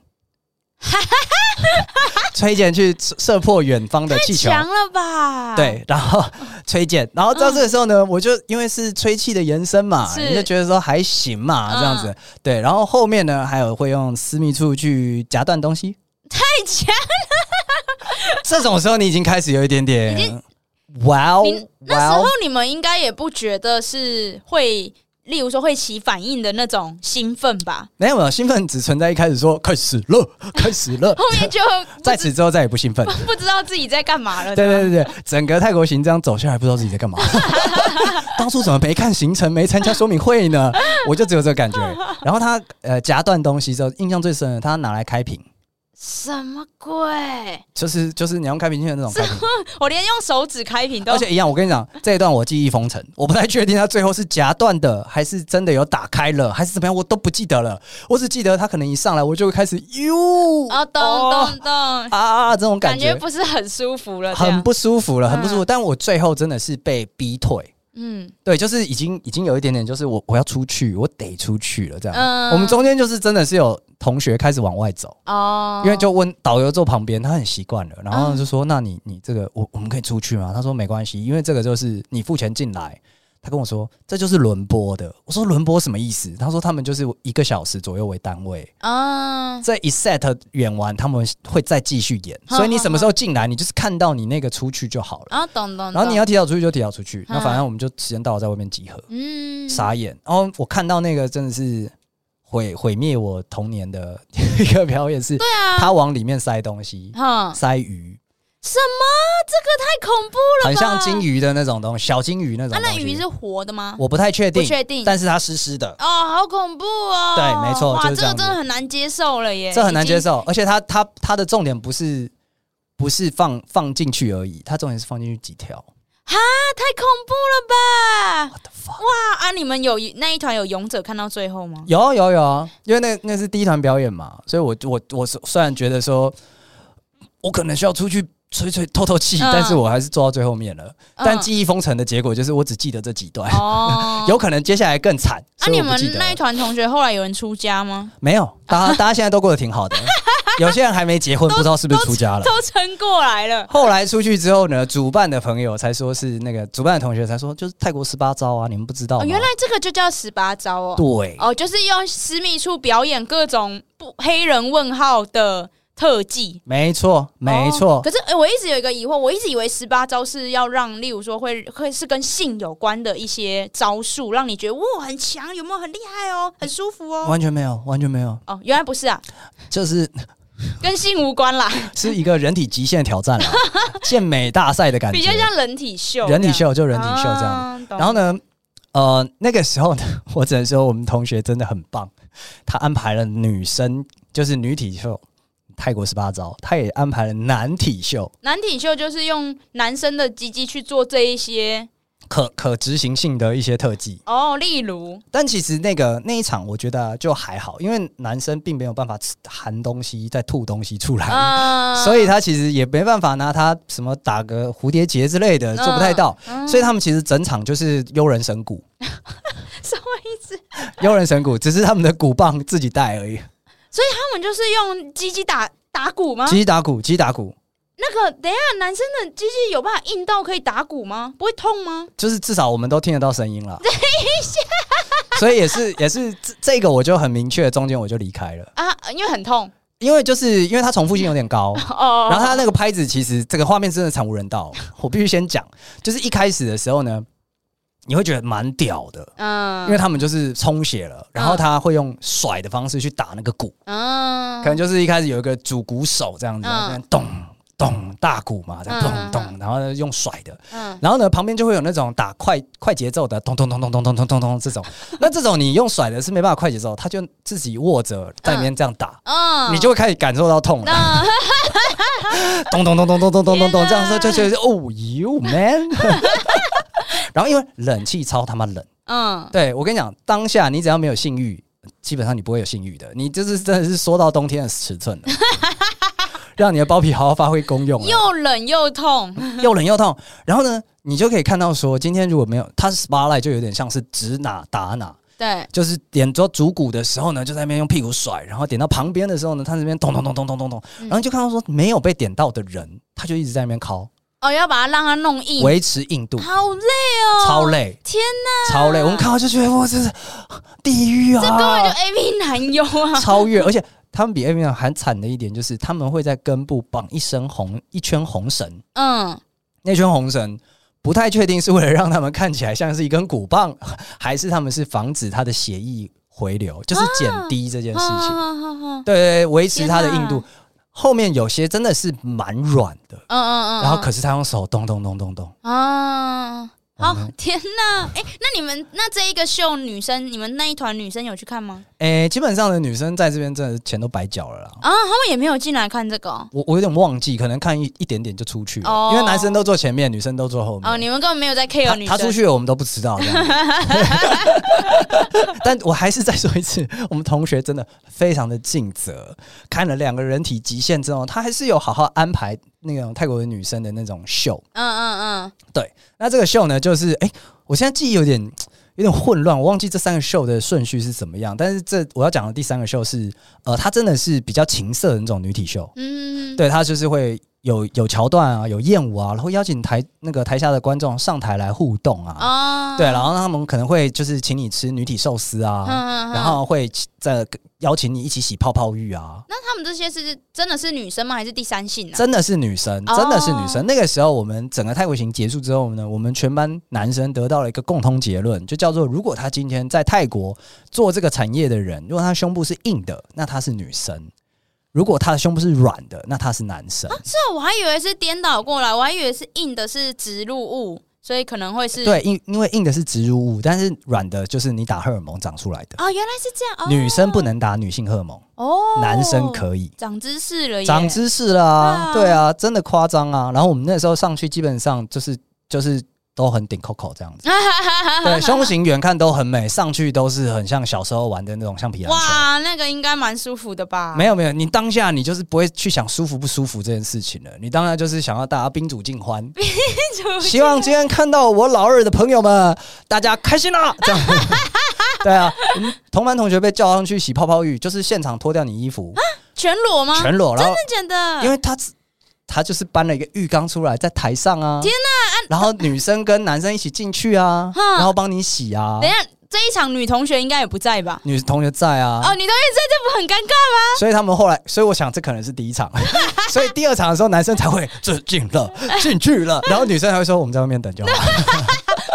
Speaker 2: [laughs]
Speaker 1: 吹箭去射射破远方的气球。
Speaker 2: 强了吧？，
Speaker 1: 对，然后吹箭，然后到这个时候呢，我就因为是吹气的延伸嘛，
Speaker 2: 嗯是
Speaker 1: 你就觉得说还行嘛，
Speaker 2: 嗯
Speaker 1: 这样子。对，然后后面呢，还有会用私密处去夹断东
Speaker 2: [laughs]
Speaker 1: 西，
Speaker 2: 太哎强，
Speaker 1: 这种时候你已经开始有一点
Speaker 2: 已
Speaker 1: 点
Speaker 2: 经，
Speaker 1: 哇哦
Speaker 2: 你，那
Speaker 1: 哇
Speaker 2: 时候
Speaker 1: 哦，
Speaker 2: 你们应该也不觉得是会。例如说会起反应的那种兴奋
Speaker 1: [laughs]
Speaker 2: 吧，
Speaker 1: 没有没有，兴奋只存在一开始说开始了，开始
Speaker 2: [laughs]
Speaker 1: 了，
Speaker 2: 后面就
Speaker 1: 在此之后再也不兴奋。
Speaker 2: 不知道自己在干嘛了。
Speaker 1: [laughs] 对
Speaker 2: 这样
Speaker 1: 对对对，整个泰国行这样走下来，不知道自己在干
Speaker 2: [laughs]
Speaker 1: 嘛。当初怎么没看行程，没参加说明会
Speaker 2: [laughs]
Speaker 1: 呢？我就只有这个感觉。然后他呃夹断东西之后，印象最深的，他拿来开瓶，
Speaker 2: 什么鬼？
Speaker 1: 就是就是你用开瓶器的那种开瓶，
Speaker 2: 我连用手指开屏都
Speaker 1: 而且一样。我跟你讲，这一段我记忆封尘，我不太确定他最后是夹断的，还是真的有打开了，还是怎么样，我都不记得了。我只记得他可能一上来，我就会开始哟
Speaker 2: 啊，
Speaker 1: 哦
Speaker 2: 咚咚咚，
Speaker 1: 啊啊啊这种
Speaker 2: 感
Speaker 1: 感
Speaker 2: 觉
Speaker 1: 觉，
Speaker 2: 不啊嗯是很舒服了。这
Speaker 1: 很
Speaker 2: 样，
Speaker 1: 不舒服了，很不舒服。但我最后真的是被逼退。
Speaker 2: 嗯
Speaker 1: 对，就是已经已经有一点点，就是我我要出去，我得出去了这样。
Speaker 2: 嗯
Speaker 1: 我们中间就是真的是有同学开始往外走，
Speaker 2: 哦，嗯
Speaker 1: 因为就问导游坐旁边，他很习惯了，然后就说：“那你你这个我我们可以出去吗？”他说：“没关系，因为这个就是你付钱进来。”他跟我说：“这就是轮播的。”我说：“轮播什么意思？”他说：“他们就是一个小时左右为单位，
Speaker 2: 啊，
Speaker 1: 这一 set 演完他们会再继续演，
Speaker 2: 嗯
Speaker 1: 所以你什么时候进来，你就是看到你那个出去就好了。
Speaker 2: 啊，懂懂。
Speaker 1: 然后你
Speaker 2: 懂
Speaker 1: 要提早出去就提早出去，那反
Speaker 2: 嗯
Speaker 1: 正我们就时间到了在外面集合。”
Speaker 2: 嗯
Speaker 1: 傻眼。然后我看到那个真的是毁毁灭我童年的 [laughs] 一个表演是，
Speaker 2: 对啊，嗯
Speaker 1: 他往里面塞东西，
Speaker 2: 哈，
Speaker 1: 塞鱼，
Speaker 2: 什么？这个太恐怖了吧！
Speaker 1: 很像金鱼的那种东西，小金鱼那种
Speaker 2: 啊，
Speaker 1: 东
Speaker 2: 那
Speaker 1: 西。
Speaker 2: 鱼是活的吗？
Speaker 1: 我不太确
Speaker 2: 不
Speaker 1: 定，
Speaker 2: 确定。
Speaker 1: 但是它湿湿的，
Speaker 2: 哦，好恐怖哦！
Speaker 1: 对没错
Speaker 2: 哇，
Speaker 1: 就是这
Speaker 2: 这个
Speaker 1: 样
Speaker 2: 真
Speaker 1: 子
Speaker 2: 的很难接受了耶，
Speaker 1: 这很难接
Speaker 2: 已
Speaker 1: 受。而且它它它的重点不是不是放放进去而已，它重点是放进去几条。
Speaker 2: 经。啊，太恐怖了吧！
Speaker 1: What the fuck？
Speaker 2: 哇，啊，你们有那一团有勇者看到最后吗？
Speaker 1: 有有有啊，因为那那是第一团表演嘛，所以我我我是虽然觉得说，我可能需要出去吹吹透透气，
Speaker 2: 嗯
Speaker 1: 但是我还是做到最后面了。但
Speaker 2: 嗯
Speaker 1: 记忆封城的结果就是我只记得这几段， [laughs]
Speaker 2: 哦
Speaker 1: 有可能接下来更惨。
Speaker 2: 啊，
Speaker 1: 所以
Speaker 2: 你
Speaker 1: 我不
Speaker 2: 们
Speaker 1: 记得
Speaker 2: 那一
Speaker 1: 了
Speaker 2: 团同学后来有人出家吗？
Speaker 1: 没有，大
Speaker 2: [laughs]
Speaker 1: 家大家现在都过得挺好的，有些人还没结婚，不知道是不是出家了。
Speaker 2: 都撑过来了。
Speaker 1: 后来出去之后呢，主办的朋友才说是那个主办的同学才说，就是泰国十八招啊，你们不知道吗？
Speaker 2: 哦，原来这个就叫十八招哦。
Speaker 1: 对，
Speaker 2: 哦，就是用私密处表演各种不黑人问号的特技。
Speaker 1: 没错，没错。
Speaker 2: 哦可是、呃我一直有一个疑惑，我一直以为十八招是要让，例如说会会是跟性有关的一些招数，让你觉得哇很强，有没有很厉害哦，很舒服哦。
Speaker 1: 完全没有，完全没有，
Speaker 2: 哦，原来不是啊，
Speaker 1: 就是
Speaker 2: 跟性无关啦，
Speaker 1: 是一个人体极限挑战
Speaker 2: [laughs]
Speaker 1: 啦，健美大赛的感觉，
Speaker 2: 比较像哦人体秀这
Speaker 1: 人
Speaker 2: 样，
Speaker 1: 体秀就人体秀这样。
Speaker 2: 样。懂
Speaker 1: 然后？呢，呃，那个时候呢， [laughs] 我只能说我们同学真的很棒，他安排了女生就是女体秀，泰国十八招，他也安排了男体秀，
Speaker 2: 男体秀就是用男生的鸡鸡去做这一些
Speaker 1: 可可执行性的一些特技。
Speaker 2: 哦，例如
Speaker 1: 但其实那个那一场，我觉得就还好，因为男生并没有办法吃含东西再吐东西出来。
Speaker 2: 嗯
Speaker 1: 哎所以他其实也没办法拿他什么打个蝴蝶结之类的，做不太到。
Speaker 2: 嗯
Speaker 1: 所以他们其实整场就是悠人神鼓，
Speaker 2: [laughs] 什么意思？
Speaker 1: 悠人神鼓，只是他们的鼓棒自己带而已。
Speaker 2: 他们就是用鸡鸡打打鼓吗？
Speaker 1: 击打鼓，击打鼓，
Speaker 2: 那个等一下，男生的鸡鸡有办法硬到可以打鼓吗？不会痛吗？
Speaker 1: 就是至少我们都听得到声
Speaker 2: [laughs]
Speaker 1: 音了。所以也是也是这这个我就很明确，中间我就离开了，
Speaker 2: 啊，因为很痛
Speaker 1: 因为就是因为它重复性有点高，
Speaker 2: [laughs] 哦。
Speaker 1: 然后他那个拍子，其实这个画面真的惨无人道。我必须先讲，就是一开始的时候呢，你会觉得蛮屌的，
Speaker 2: 嗯
Speaker 1: 因为他们就是充血了，然后他会用甩的方式去打那个鼓，
Speaker 2: 嗯
Speaker 1: 可能就是一开始有一个主鼓手这样子，
Speaker 2: 嗯
Speaker 1: 然后这样咚咚大鼓嘛，这样
Speaker 2: 嗯嗯
Speaker 1: 咚
Speaker 2: 嗯
Speaker 1: 咚，然后呢用甩的，
Speaker 2: 嗯
Speaker 1: 然后呢旁边就会有那种打快快节奏的咚咚咚咚咚咚咚咚咚这种，那这种你用甩的是没办法快节奏，他就自己握着在里面这样打，
Speaker 2: 嗯
Speaker 1: 你就会开始感受到痛了。
Speaker 2: 那
Speaker 1: 咚咚咚咚咚咚咚咚
Speaker 2: 天
Speaker 1: 咚，
Speaker 2: 哪
Speaker 1: 这样说就觉得哦，you man。然后因为冷气超他妈冷，
Speaker 2: 嗯
Speaker 1: 对我跟你讲，当下你只要没有性欲，基本上你不会有性欲的，你就是真的是缩到冬天的尺寸
Speaker 2: [laughs]
Speaker 1: 了，让你的包皮好好发挥功用了，啊
Speaker 2: 又冷又痛，
Speaker 1: 又冷又痛。然后呢，你就可以看到说，今天如果没有它是 spotlight，就有点像是指哪打哪。
Speaker 2: 对，
Speaker 1: 就是点到主骨的时候呢，就在那边用屁股甩，然后点到旁边的时候呢，他那边咚咚咚咚咚咚咚，
Speaker 2: 嗯
Speaker 1: 然后你就看到说没有被点到的人，他就一直在那边敲，
Speaker 2: 哦，要把它让它弄硬，
Speaker 1: 维持硬度，
Speaker 2: 好累哦，
Speaker 1: 超，累，
Speaker 2: 天哪，
Speaker 1: 超累。我们看到就觉得哇，这是地狱
Speaker 2: 啊这根本就
Speaker 1: 啊，
Speaker 2: A V 男优 [laughs] 啊，
Speaker 1: 超越，而且。他们比 A 面还惨的一点就是，他们会在根部绑一身红一圈红绳，
Speaker 2: 嗯，
Speaker 1: 那圈红绳不太确定是为了让他们看起来像是一根鼓棒，还是他们是防止他的血液回流，就是减
Speaker 2: 啊
Speaker 1: 低这件事情。
Speaker 2: 情，
Speaker 1: 对对对，维持它的
Speaker 2: 天
Speaker 1: 硬
Speaker 2: 哪
Speaker 1: 度。后面有些真的是蛮软的，
Speaker 2: 嗯嗯嗯，
Speaker 1: 然后可是他用手咚咚咚咚咚，
Speaker 2: 啊。
Speaker 1: 我
Speaker 2: 好
Speaker 1: 们
Speaker 2: 天呐！哎、那你们那这一个秀，女生你们那一团女生有去看吗？
Speaker 1: 诶，基本上的女生在这边真的钱都白缴了啦。
Speaker 2: 啊，他们也没有进来看这个哦。
Speaker 1: 我我有点忘记，可能看一一点点就出去了，
Speaker 2: 哦
Speaker 1: 因为男生都坐前面，女生都坐后面。
Speaker 2: 哦，你们根本没有在 care
Speaker 1: 他
Speaker 2: 女生。
Speaker 1: 他出去了，我们都不知道。这
Speaker 2: [laughs]
Speaker 1: 样子 [laughs] 但我还是再说一次，我们同学真的非常的尽责。看了两个人体极限之后，他还是有好好安排那种泰国的女生的那种秀。
Speaker 2: 嗯嗯
Speaker 1: 那这个秀呢，就是哎、诶我现在记忆有点有点混乱，我忘记这三个秀的顺序是怎么样。但是这我要讲的第三个秀是，呃，它真的是比较情色的那种女体秀，
Speaker 2: 嗯嗯，
Speaker 1: 对，它就是会有有桥段啊，有艳舞啊，然后邀请台那个台下的观众上台来互动啊，
Speaker 2: 啊，
Speaker 1: 对，然后他们可能会就是请你吃女体寿司啊，
Speaker 2: 嗯嗯
Speaker 1: 然后会再邀请你一起洗泡泡浴啊，
Speaker 2: 那他们这些是真的是女生吗？还是第三性呢、啊？
Speaker 1: 真的是女生，
Speaker 2: 哦
Speaker 1: 真的是女生。那个时候，我们整个泰国行结束之后呢，我们全班男生得到了一个共通结论，就叫做：如果他今天在泰国做这个产业的人，如果他胸部是硬的，那他是女生；如果他的胸部是软的，那他是男生。
Speaker 2: 是啊，我还以为是颠倒过来，我还以为是硬的是植入物，所以可能会是
Speaker 1: 对，因因为硬的是植入物，但是软的就是你打荷尔蒙长出来的。
Speaker 2: 啊、原来是这样。哦、
Speaker 1: 女生不能打女性荷尔蒙，
Speaker 2: 哦，
Speaker 1: 男生可以。
Speaker 2: 长知识了耶，
Speaker 1: 长知识啦、
Speaker 2: 对啊
Speaker 1: 对啊，真的夸张啊！然后我们那时候上去，基本上就是就是都很顶 Coco 这样
Speaker 2: [laughs]
Speaker 1: 子。对，胸型远看都很美，上去都是很像小时候玩的那种橡皮篮球。
Speaker 2: 哇，那个应该蛮舒服的吧？
Speaker 1: 没有没有，你当下你就是不会去想舒服不舒服这件事情了，你当然就是想要大家宾主尽
Speaker 2: [laughs]
Speaker 1: 欢，希望今天看到我老二的朋友们，大家开心
Speaker 2: [laughs]
Speaker 1: 啦！这样，对啊，我们同班同学被叫上去洗泡泡浴，就是现场脱掉你衣服，
Speaker 2: 全裸吗？
Speaker 1: 全裸，然后
Speaker 2: 啊真的假
Speaker 1: 因
Speaker 2: 的？
Speaker 1: 为他只他就是搬了一个浴缸出来在台上啊，天哪！然后女生跟男生一起进去啊，
Speaker 2: 哼
Speaker 1: 然后帮你洗啊
Speaker 2: 等，一下这一场女同学应该也不在吧？
Speaker 1: 女同学在啊，
Speaker 2: 哦，女同学在，这不很尴
Speaker 1: [laughs]
Speaker 2: 尬吗？
Speaker 1: 所以他们后来，所以我想这可能是第 [laughs] 一场，所以第二场的时候男生才会这进 [laughs] 了进去了，然后女生还会说我们在外面等就好， [laughs]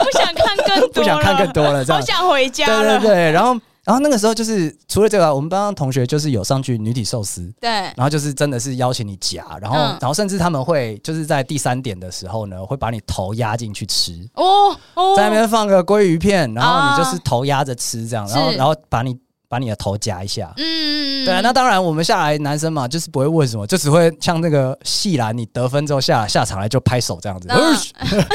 Speaker 2: 不想看更多了，
Speaker 1: 不想看更多了这
Speaker 2: 好
Speaker 1: 样。
Speaker 2: 想回家
Speaker 1: 对
Speaker 2: 了
Speaker 1: 对。对，然后然后那个时候就是除了这个，我们班上同学就是有上去女体寿司。
Speaker 2: 对
Speaker 1: 然后就是真的是邀请你夹，然后、
Speaker 2: 嗯
Speaker 1: 然后甚至他们会就是在第三点的时候呢，会把你头压进去吃，
Speaker 2: 哦哦，
Speaker 1: 在那边放个鲑鱼片，然后你就
Speaker 2: 啊
Speaker 1: 是头压着吃这样，然后
Speaker 2: 是
Speaker 1: 然后把你把你的头夹一下，
Speaker 2: 嗯，嗯，嗯
Speaker 1: 对啊，那当然，我们下来男生嘛，就是不会问什么，就只会像那个细兰，你得分之后下下场来就拍手这样子，呃
Speaker 2: 嗯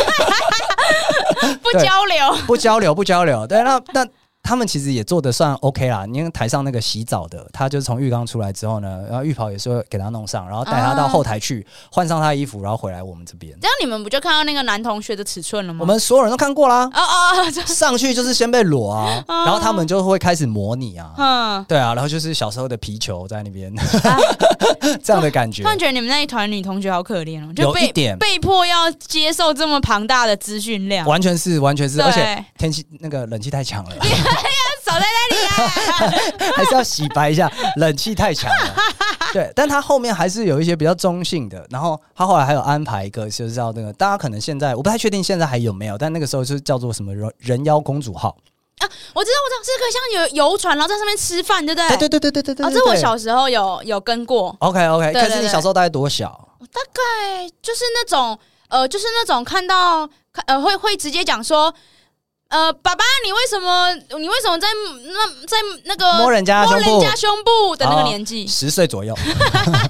Speaker 2: 不
Speaker 1: 对
Speaker 2: 交流，
Speaker 1: 不交流不交流。对，那那他们其实也做的算 OK 啦。因为台上那个洗澡的，他就是从浴缸出来之后呢，然后浴袍也是会给他弄上，然后带他到后台去换上他的衣服，然后回来我们这边。
Speaker 2: 这样你们不就看到那个男同学的尺寸了吗？
Speaker 1: 我们所有人都看过啦，
Speaker 2: 哦哦，
Speaker 1: [laughs]
Speaker 2: 哦这
Speaker 1: 上去就是先被裸
Speaker 2: [laughs]
Speaker 1: 啊，
Speaker 2: 啊
Speaker 1: 然后他们就会开始模拟啊。
Speaker 2: 嗯，
Speaker 1: 对啊，然后就是小时候的皮球在那边，这样的感觉
Speaker 2: 突。然觉得你们那一团女同学好可怜哦，就
Speaker 1: 有一
Speaker 2: 被
Speaker 1: 点
Speaker 2: 被迫要接受这么庞大的资讯量，
Speaker 1: 完全是，完全是，
Speaker 2: 对
Speaker 1: 而且天气那个冷气太强了，
Speaker 2: 手在那里啊，
Speaker 1: 还是要洗白一下，冷气太强了。对，但他后面还是有一些比较中性的，然后他后来还有安排一个，就是要那个大家可能现在我不太确定现在还有没有，但那个时候就是叫做什么人人妖公主号，
Speaker 2: 我知道，我知道，是个像游游船，然后在上面吃饭，对不对？
Speaker 1: 对对对对对对对，
Speaker 2: 哦，这我小时候有有跟过，
Speaker 1: OK OK，
Speaker 2: 对对
Speaker 1: 可是你小时候大概多小？
Speaker 2: 大概就是那种呃，就是那种看到看呃会会直接讲说。呃，爸爸，你为什么你为什么在那在那个
Speaker 1: 摸人家的
Speaker 2: 摸
Speaker 1: 胸
Speaker 2: 人
Speaker 1: 部
Speaker 2: 家，胸部的那个
Speaker 1: 哦
Speaker 2: 年纪？
Speaker 1: 十岁左右， [laughs]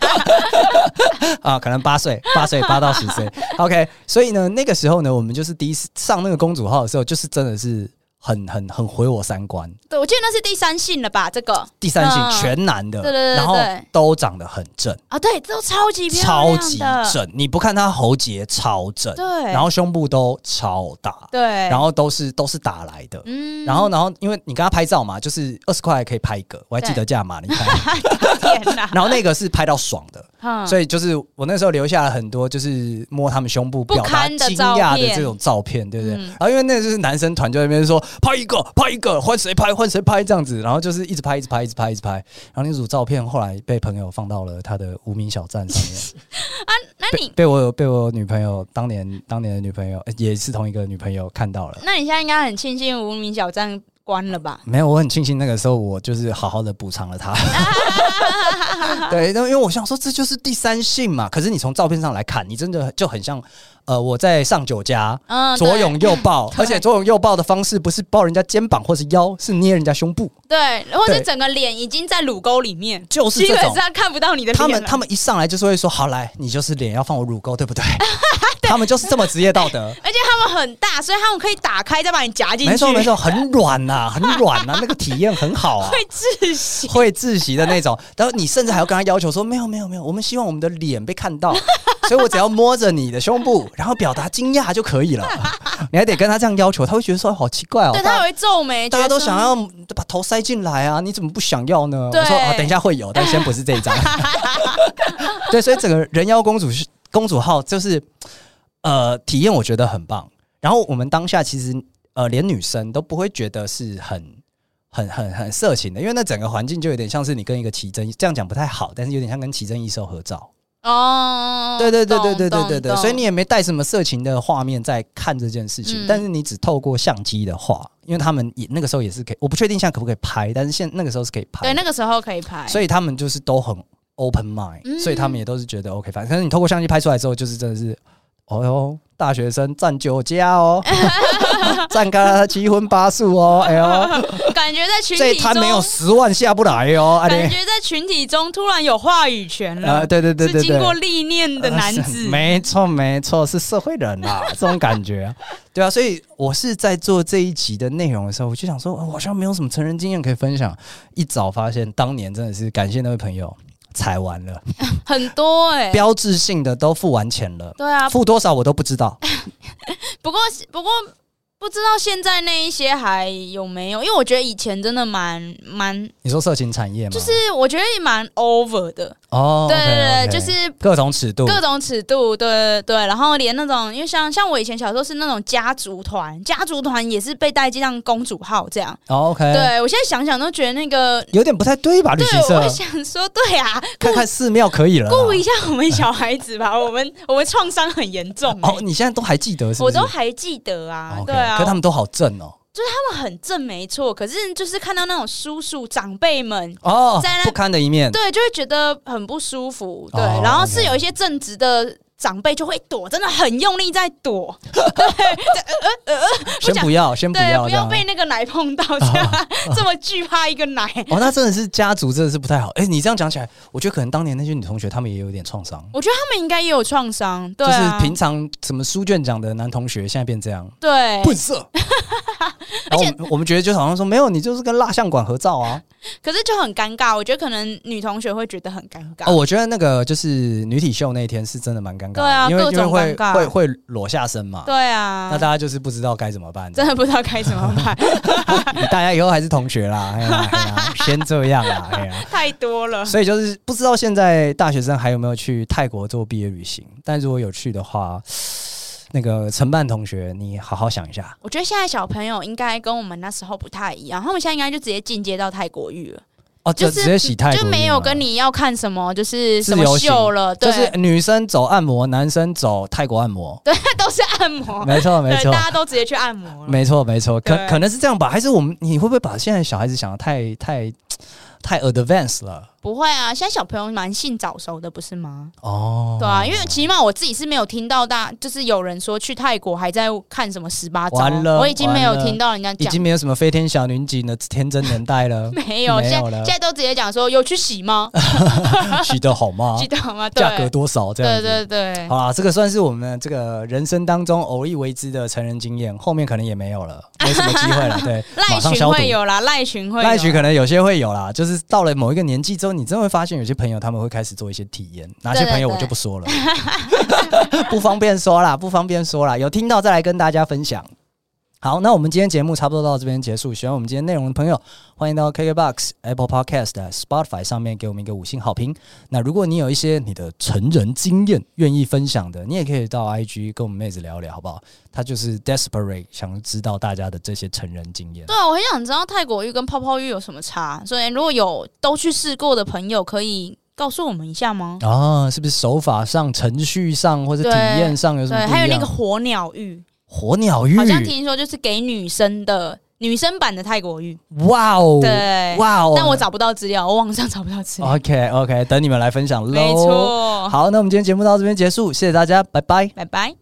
Speaker 1: 啊，可能八岁，八岁八到十岁。OK，所以呢，那个时候呢，我们就是第一次上那个公主号的时候，就是真的是很很很毁我三观。
Speaker 2: 对，我记得那是第三性了吧？这个
Speaker 1: 第三性
Speaker 2: 嗯
Speaker 1: 全男的，
Speaker 2: 对对对
Speaker 1: 然后
Speaker 2: 对
Speaker 1: 都长得很正，
Speaker 2: 啊，对，都超级漂
Speaker 1: 超
Speaker 2: 亮
Speaker 1: 级
Speaker 2: 的，
Speaker 1: 正。你不看他喉结超正，
Speaker 2: 对，
Speaker 1: 然后胸部都超大，
Speaker 2: 对，
Speaker 1: 然后都是都是打来的。
Speaker 2: 嗯
Speaker 1: 然后，然后，因为你跟他拍照嘛，就是二十块可以拍一个，我还记
Speaker 2: 对
Speaker 1: 得价码，你看。
Speaker 2: [laughs]
Speaker 1: [laughs]
Speaker 2: 天哪，
Speaker 1: 然后那个是拍到爽的，
Speaker 2: 嗯
Speaker 1: 所以就是我那时候留下了很多就是摸他们胸部
Speaker 2: 不
Speaker 1: 表达
Speaker 2: 堪的
Speaker 1: 惊
Speaker 2: 照
Speaker 1: 讶的
Speaker 2: 片
Speaker 1: 这种照片，对不对？
Speaker 2: 嗯
Speaker 1: [laughs] 然后因为那个就是男生团就在那边说拍一个拍一个换谁拍换谁拍这样子，然后就是一直拍一直拍一直拍一直拍，然后那组照片后来被朋友放到了他的无名小站上 [laughs] 面，
Speaker 2: 那你
Speaker 1: 被被我被我女朋友当年当年的女朋友呃也是同一个女朋友看到了。
Speaker 2: 那你现在应该很庆幸无名小站关了吧？
Speaker 1: 没有，我很庆幸那个时候我就是好好的补偿了
Speaker 2: [laughs]
Speaker 1: 他。对，因为因为我想说这就是第三性嘛。可是你从照片上来看，你真的就很像呃我在上酒家。
Speaker 2: 嗯，
Speaker 1: 左
Speaker 2: 对
Speaker 1: 拥右
Speaker 2: [laughs]
Speaker 1: 抱，而且左拥右抱的方式不是抱人家肩膀或是腰，是捏人家胸部，
Speaker 2: 对，或
Speaker 1: 对
Speaker 2: 是整个脸已经在乳沟里面，
Speaker 1: 就是
Speaker 2: 基
Speaker 1: 这
Speaker 2: 本
Speaker 1: 种。
Speaker 2: 上看不到你的
Speaker 1: 他
Speaker 2: 脸了。
Speaker 1: 们他
Speaker 2: 们，
Speaker 1: 们一上来就是会说：“好来，你就是脸要放我乳沟，对不对？”
Speaker 2: [laughs]
Speaker 1: 他们就是这么职业道德。
Speaker 2: 而且他们很大，所以他们可以打开再把你夹进去，
Speaker 1: 没错没，错，很软呐、很软呐、那个体验很好啊。
Speaker 2: [laughs] 会窒
Speaker 1: [laughs]
Speaker 2: 息。
Speaker 1: 会窒息的那种。然后你甚至还要跟他要求说：“没有，没有，没有，我们希望我们的脸被看到， [laughs] 所以我只要摸着你的胸部，然后表达惊讶就可以了。”你还得跟他这样要求，他会觉得说：“好奇怪哦，
Speaker 2: 对
Speaker 1: 大
Speaker 2: 他
Speaker 1: 家
Speaker 2: 会皱眉，
Speaker 1: 大家都
Speaker 2: 觉得
Speaker 1: 想。
Speaker 2: 说
Speaker 1: 要把头塞进来啊，你怎么不想要呢？”我说：“
Speaker 2: 对
Speaker 1: 啊，等一下会有，但先不是这一
Speaker 2: [laughs]
Speaker 1: 张。”对，所以整个人妖公主是公主号，就是呃，体验我觉得很棒。然后我们当下其实呃，连女生都不会觉得是很很很很色情的，因为那整个环境就有点像是你跟一个奇珍，这样讲不太好，但是有点像跟奇珍异兽合照。
Speaker 2: 哦，
Speaker 1: 对对对对
Speaker 2: 懂
Speaker 1: 对对对对，所以。
Speaker 2: 懂
Speaker 1: 你也没带什么色情的画面在看这件事情，
Speaker 2: 嗯
Speaker 1: 但是你只透过相机的话，因为他们也那个时候也是可以，我不确定现在可不可以拍，但是现那个时候是可以拍
Speaker 2: 对，
Speaker 1: 的，
Speaker 2: 那个时候可以拍，
Speaker 1: 所以他们就是都很 open mind，、
Speaker 2: 嗯
Speaker 1: 所以他们也都是觉得 OK，反正你透过相机拍出来之后，就是真的是哦哟，大学生站酒家
Speaker 2: [laughs]
Speaker 1: 哦，站个七荤八素哦，哎
Speaker 2: [laughs]
Speaker 1: 呦，
Speaker 2: 感觉在群
Speaker 1: 这一
Speaker 2: 体
Speaker 1: 摊
Speaker 2: 中，
Speaker 1: 没有十万下不来哦，阿
Speaker 2: 感
Speaker 1: 玲，
Speaker 2: 觉在群体中突然有话语权了。
Speaker 1: 呃，对对对对
Speaker 2: 是经
Speaker 1: 对，
Speaker 2: 过
Speaker 1: [laughs]
Speaker 2: 历练的男
Speaker 1: 呃
Speaker 2: [laughs] 子
Speaker 1: 是，没错没错，是社会人 [laughs] 啦，这种感觉啊，对啊，所以我是在做这一集的内容的时候，我就想说，呃我好像没有什么成人经验可以分享，一早发现当年真的是感谢那位朋友。踩完了，
Speaker 2: 很多哎、
Speaker 1: 标志性的都付完钱了，
Speaker 2: 对啊，
Speaker 1: 付多少我都不知道。
Speaker 2: 不过不过不知道现在那一些还有没有，因为我觉得以前真的蛮蛮，
Speaker 1: 你说色情产业吗？
Speaker 2: 就是我觉得也蛮 over 的，
Speaker 1: 哦，
Speaker 2: 对对
Speaker 1: OK，OK
Speaker 2: 对，就是。
Speaker 1: 各种尺度，
Speaker 2: 各种尺度，对对对，然后连那种，因为像像我以前小时候是那种家族团，家族团也是被带进像公主号这样。
Speaker 1: 哦 OK，，
Speaker 2: 对我现在想想都觉得那个，
Speaker 1: 有点不太对吧？旅
Speaker 2: 对
Speaker 1: 行，社
Speaker 2: 我想说，对啊，
Speaker 1: 看看寺庙可以了啦。
Speaker 2: 顾一下我们小孩子吧，我们我们创伤很严重、欸
Speaker 1: 哦，你现在都还记得是不
Speaker 2: 我
Speaker 1: 是？
Speaker 2: 都还记得啊，
Speaker 1: 哦，OK，
Speaker 2: 对啊，
Speaker 1: 可他们都好正哦。
Speaker 2: 他们很正没错，可是就是看到那种叔叔长辈们。
Speaker 1: 哦
Speaker 2: 在，那
Speaker 1: 不堪的一面，
Speaker 2: 对，就会觉得很不舒服。对，
Speaker 1: 哦
Speaker 2: 然后
Speaker 1: OK
Speaker 2: 是有一些正直的长辈就会躲，真的很用力在躲。对，呃呃呃， [laughs]
Speaker 1: 先不要，先不
Speaker 2: 对，
Speaker 1: 要
Speaker 2: 不
Speaker 1: 这
Speaker 2: 要
Speaker 1: 样。
Speaker 2: 被那个奶
Speaker 1: [laughs]
Speaker 2: 碰到，这样这么惧怕一个奶。
Speaker 1: 哦，那真的是家族，真的是不太好。哎，你这样讲起来，我觉得可能当年那些女同学，她们也有点创伤，
Speaker 2: 我觉得他们应该也有创伤，对
Speaker 1: 就是
Speaker 2: 啊，
Speaker 1: 平常什么书卷讲的男同学，现在变这样，
Speaker 2: 对，
Speaker 1: 笨
Speaker 2: [laughs]
Speaker 1: 色。然后我们我们觉得就好像说，没有，你就是跟蜡像馆合照啊。
Speaker 2: 可是就很尴尬。我觉得可能女同学会觉得很尴尬。
Speaker 1: 哦，我觉得那个就是女体秀那一天是真的蛮尴尬的，
Speaker 2: 对啊
Speaker 1: 因为
Speaker 2: 各
Speaker 1: 因为
Speaker 2: 种
Speaker 1: 会
Speaker 2: 尴尬
Speaker 1: 会会裸下身嘛，
Speaker 2: 对啊，
Speaker 1: 那大家就是不知道该怎么办，
Speaker 2: 真的不知道该怎么
Speaker 1: [laughs]
Speaker 2: 办，
Speaker 1: 大家以后还是同学啦，哎呀，哎呀先这样啦，哎呀。
Speaker 2: 太多了。
Speaker 1: 所以就是不知道现在大学生还有没有去泰国做毕业旅行，但如果有去的话，那个承办同学，你好好想一下。
Speaker 2: 我觉得现在小朋友应该跟我们那时候不太一样，他们现在应该就直接进阶到泰国浴了，
Speaker 1: 哦，
Speaker 2: 就
Speaker 1: 就是直接洗泰国
Speaker 2: 就没有跟
Speaker 1: 你，
Speaker 2: 你要看什么就是什
Speaker 1: 自由
Speaker 2: 么
Speaker 1: 行
Speaker 2: 秀了，对，
Speaker 1: 就是女生走按摩，男生走泰国按摩，
Speaker 2: [laughs] 都是按摩，
Speaker 1: 没错没
Speaker 2: 对，
Speaker 1: 错
Speaker 2: 大家都直接去按摩了。
Speaker 1: 没错没错，可
Speaker 2: 对
Speaker 1: 可能是这样吧，还是我们你会不会把现在小孩子想的太太太 advanced 了？
Speaker 2: 不会啊，现在小朋友蛮性早熟的，不是吗？
Speaker 1: 哦，
Speaker 2: 对啊，因为起码我自己是没有听到大，就是有人说去泰国还在看什么十八招
Speaker 1: 完，了
Speaker 2: 我已经没
Speaker 1: 完
Speaker 2: 有
Speaker 1: 了
Speaker 2: 听到人家
Speaker 1: 已
Speaker 2: 讲，
Speaker 1: 经，没有什么飞天小女警的天真年代了
Speaker 2: [laughs] 没有，
Speaker 1: 没有
Speaker 2: 现在
Speaker 1: 了
Speaker 2: 现在都直接讲说有去洗吗？
Speaker 1: 洗得好吗
Speaker 2: 记？得吗？啊对
Speaker 1: 价格多少这样
Speaker 2: 对
Speaker 1: 子？
Speaker 2: 对对
Speaker 1: 好啦，这个算是我们这个人生当中偶一为之的成人经验，后面可能也没有了，没什么机会了。对，马
Speaker 2: 赖
Speaker 1: 上
Speaker 2: 群
Speaker 1: 消毒。
Speaker 2: 会有啦，赖群会有，
Speaker 1: 赖群可能有些会有啦，就是到了某一个年纪之后，你真的会发现有些朋友他们会开始做一些体验，哪些
Speaker 2: 对对
Speaker 1: 朋友
Speaker 2: 对
Speaker 1: 我就不
Speaker 2: [laughs]
Speaker 1: 说了，不方便说啦，不方便说啦，有听到再来跟大家分享。好，那我们今天节目差不多到这边结束。喜欢我们今天内容的朋友，欢迎到 KKBox、Apple Podcast、Spotify 上面给我们一个五星好评。那如果你有一些你的成人经验愿意分享的，你也可以到 IG 跟我们妹子聊聊，好不好？她就是 desperate 想知道大家的这些成人经验。
Speaker 2: 对啊，我很想知道泰国浴跟泡泡浴有什么差，所以如果有都去试过的朋友，可以告诉我们一下吗？
Speaker 1: 啊，是不是手法上、程序上或者体
Speaker 2: 对
Speaker 1: 验上有什么
Speaker 2: 对，
Speaker 1: 不一样？
Speaker 2: 还有那个火鸟浴，
Speaker 1: 火鸟浴
Speaker 2: 好，像听说就是给女生的女生版的泰国浴，
Speaker 1: 哇哦，
Speaker 2: 对。
Speaker 1: 哇哦，
Speaker 2: 但我找不到资料，我网上找不到资料。
Speaker 1: OK OK，等你们来分享喽。
Speaker 2: 没，错，
Speaker 1: 好，那我们今天节目到这边结束，谢谢大家，拜拜。
Speaker 2: 拜拜。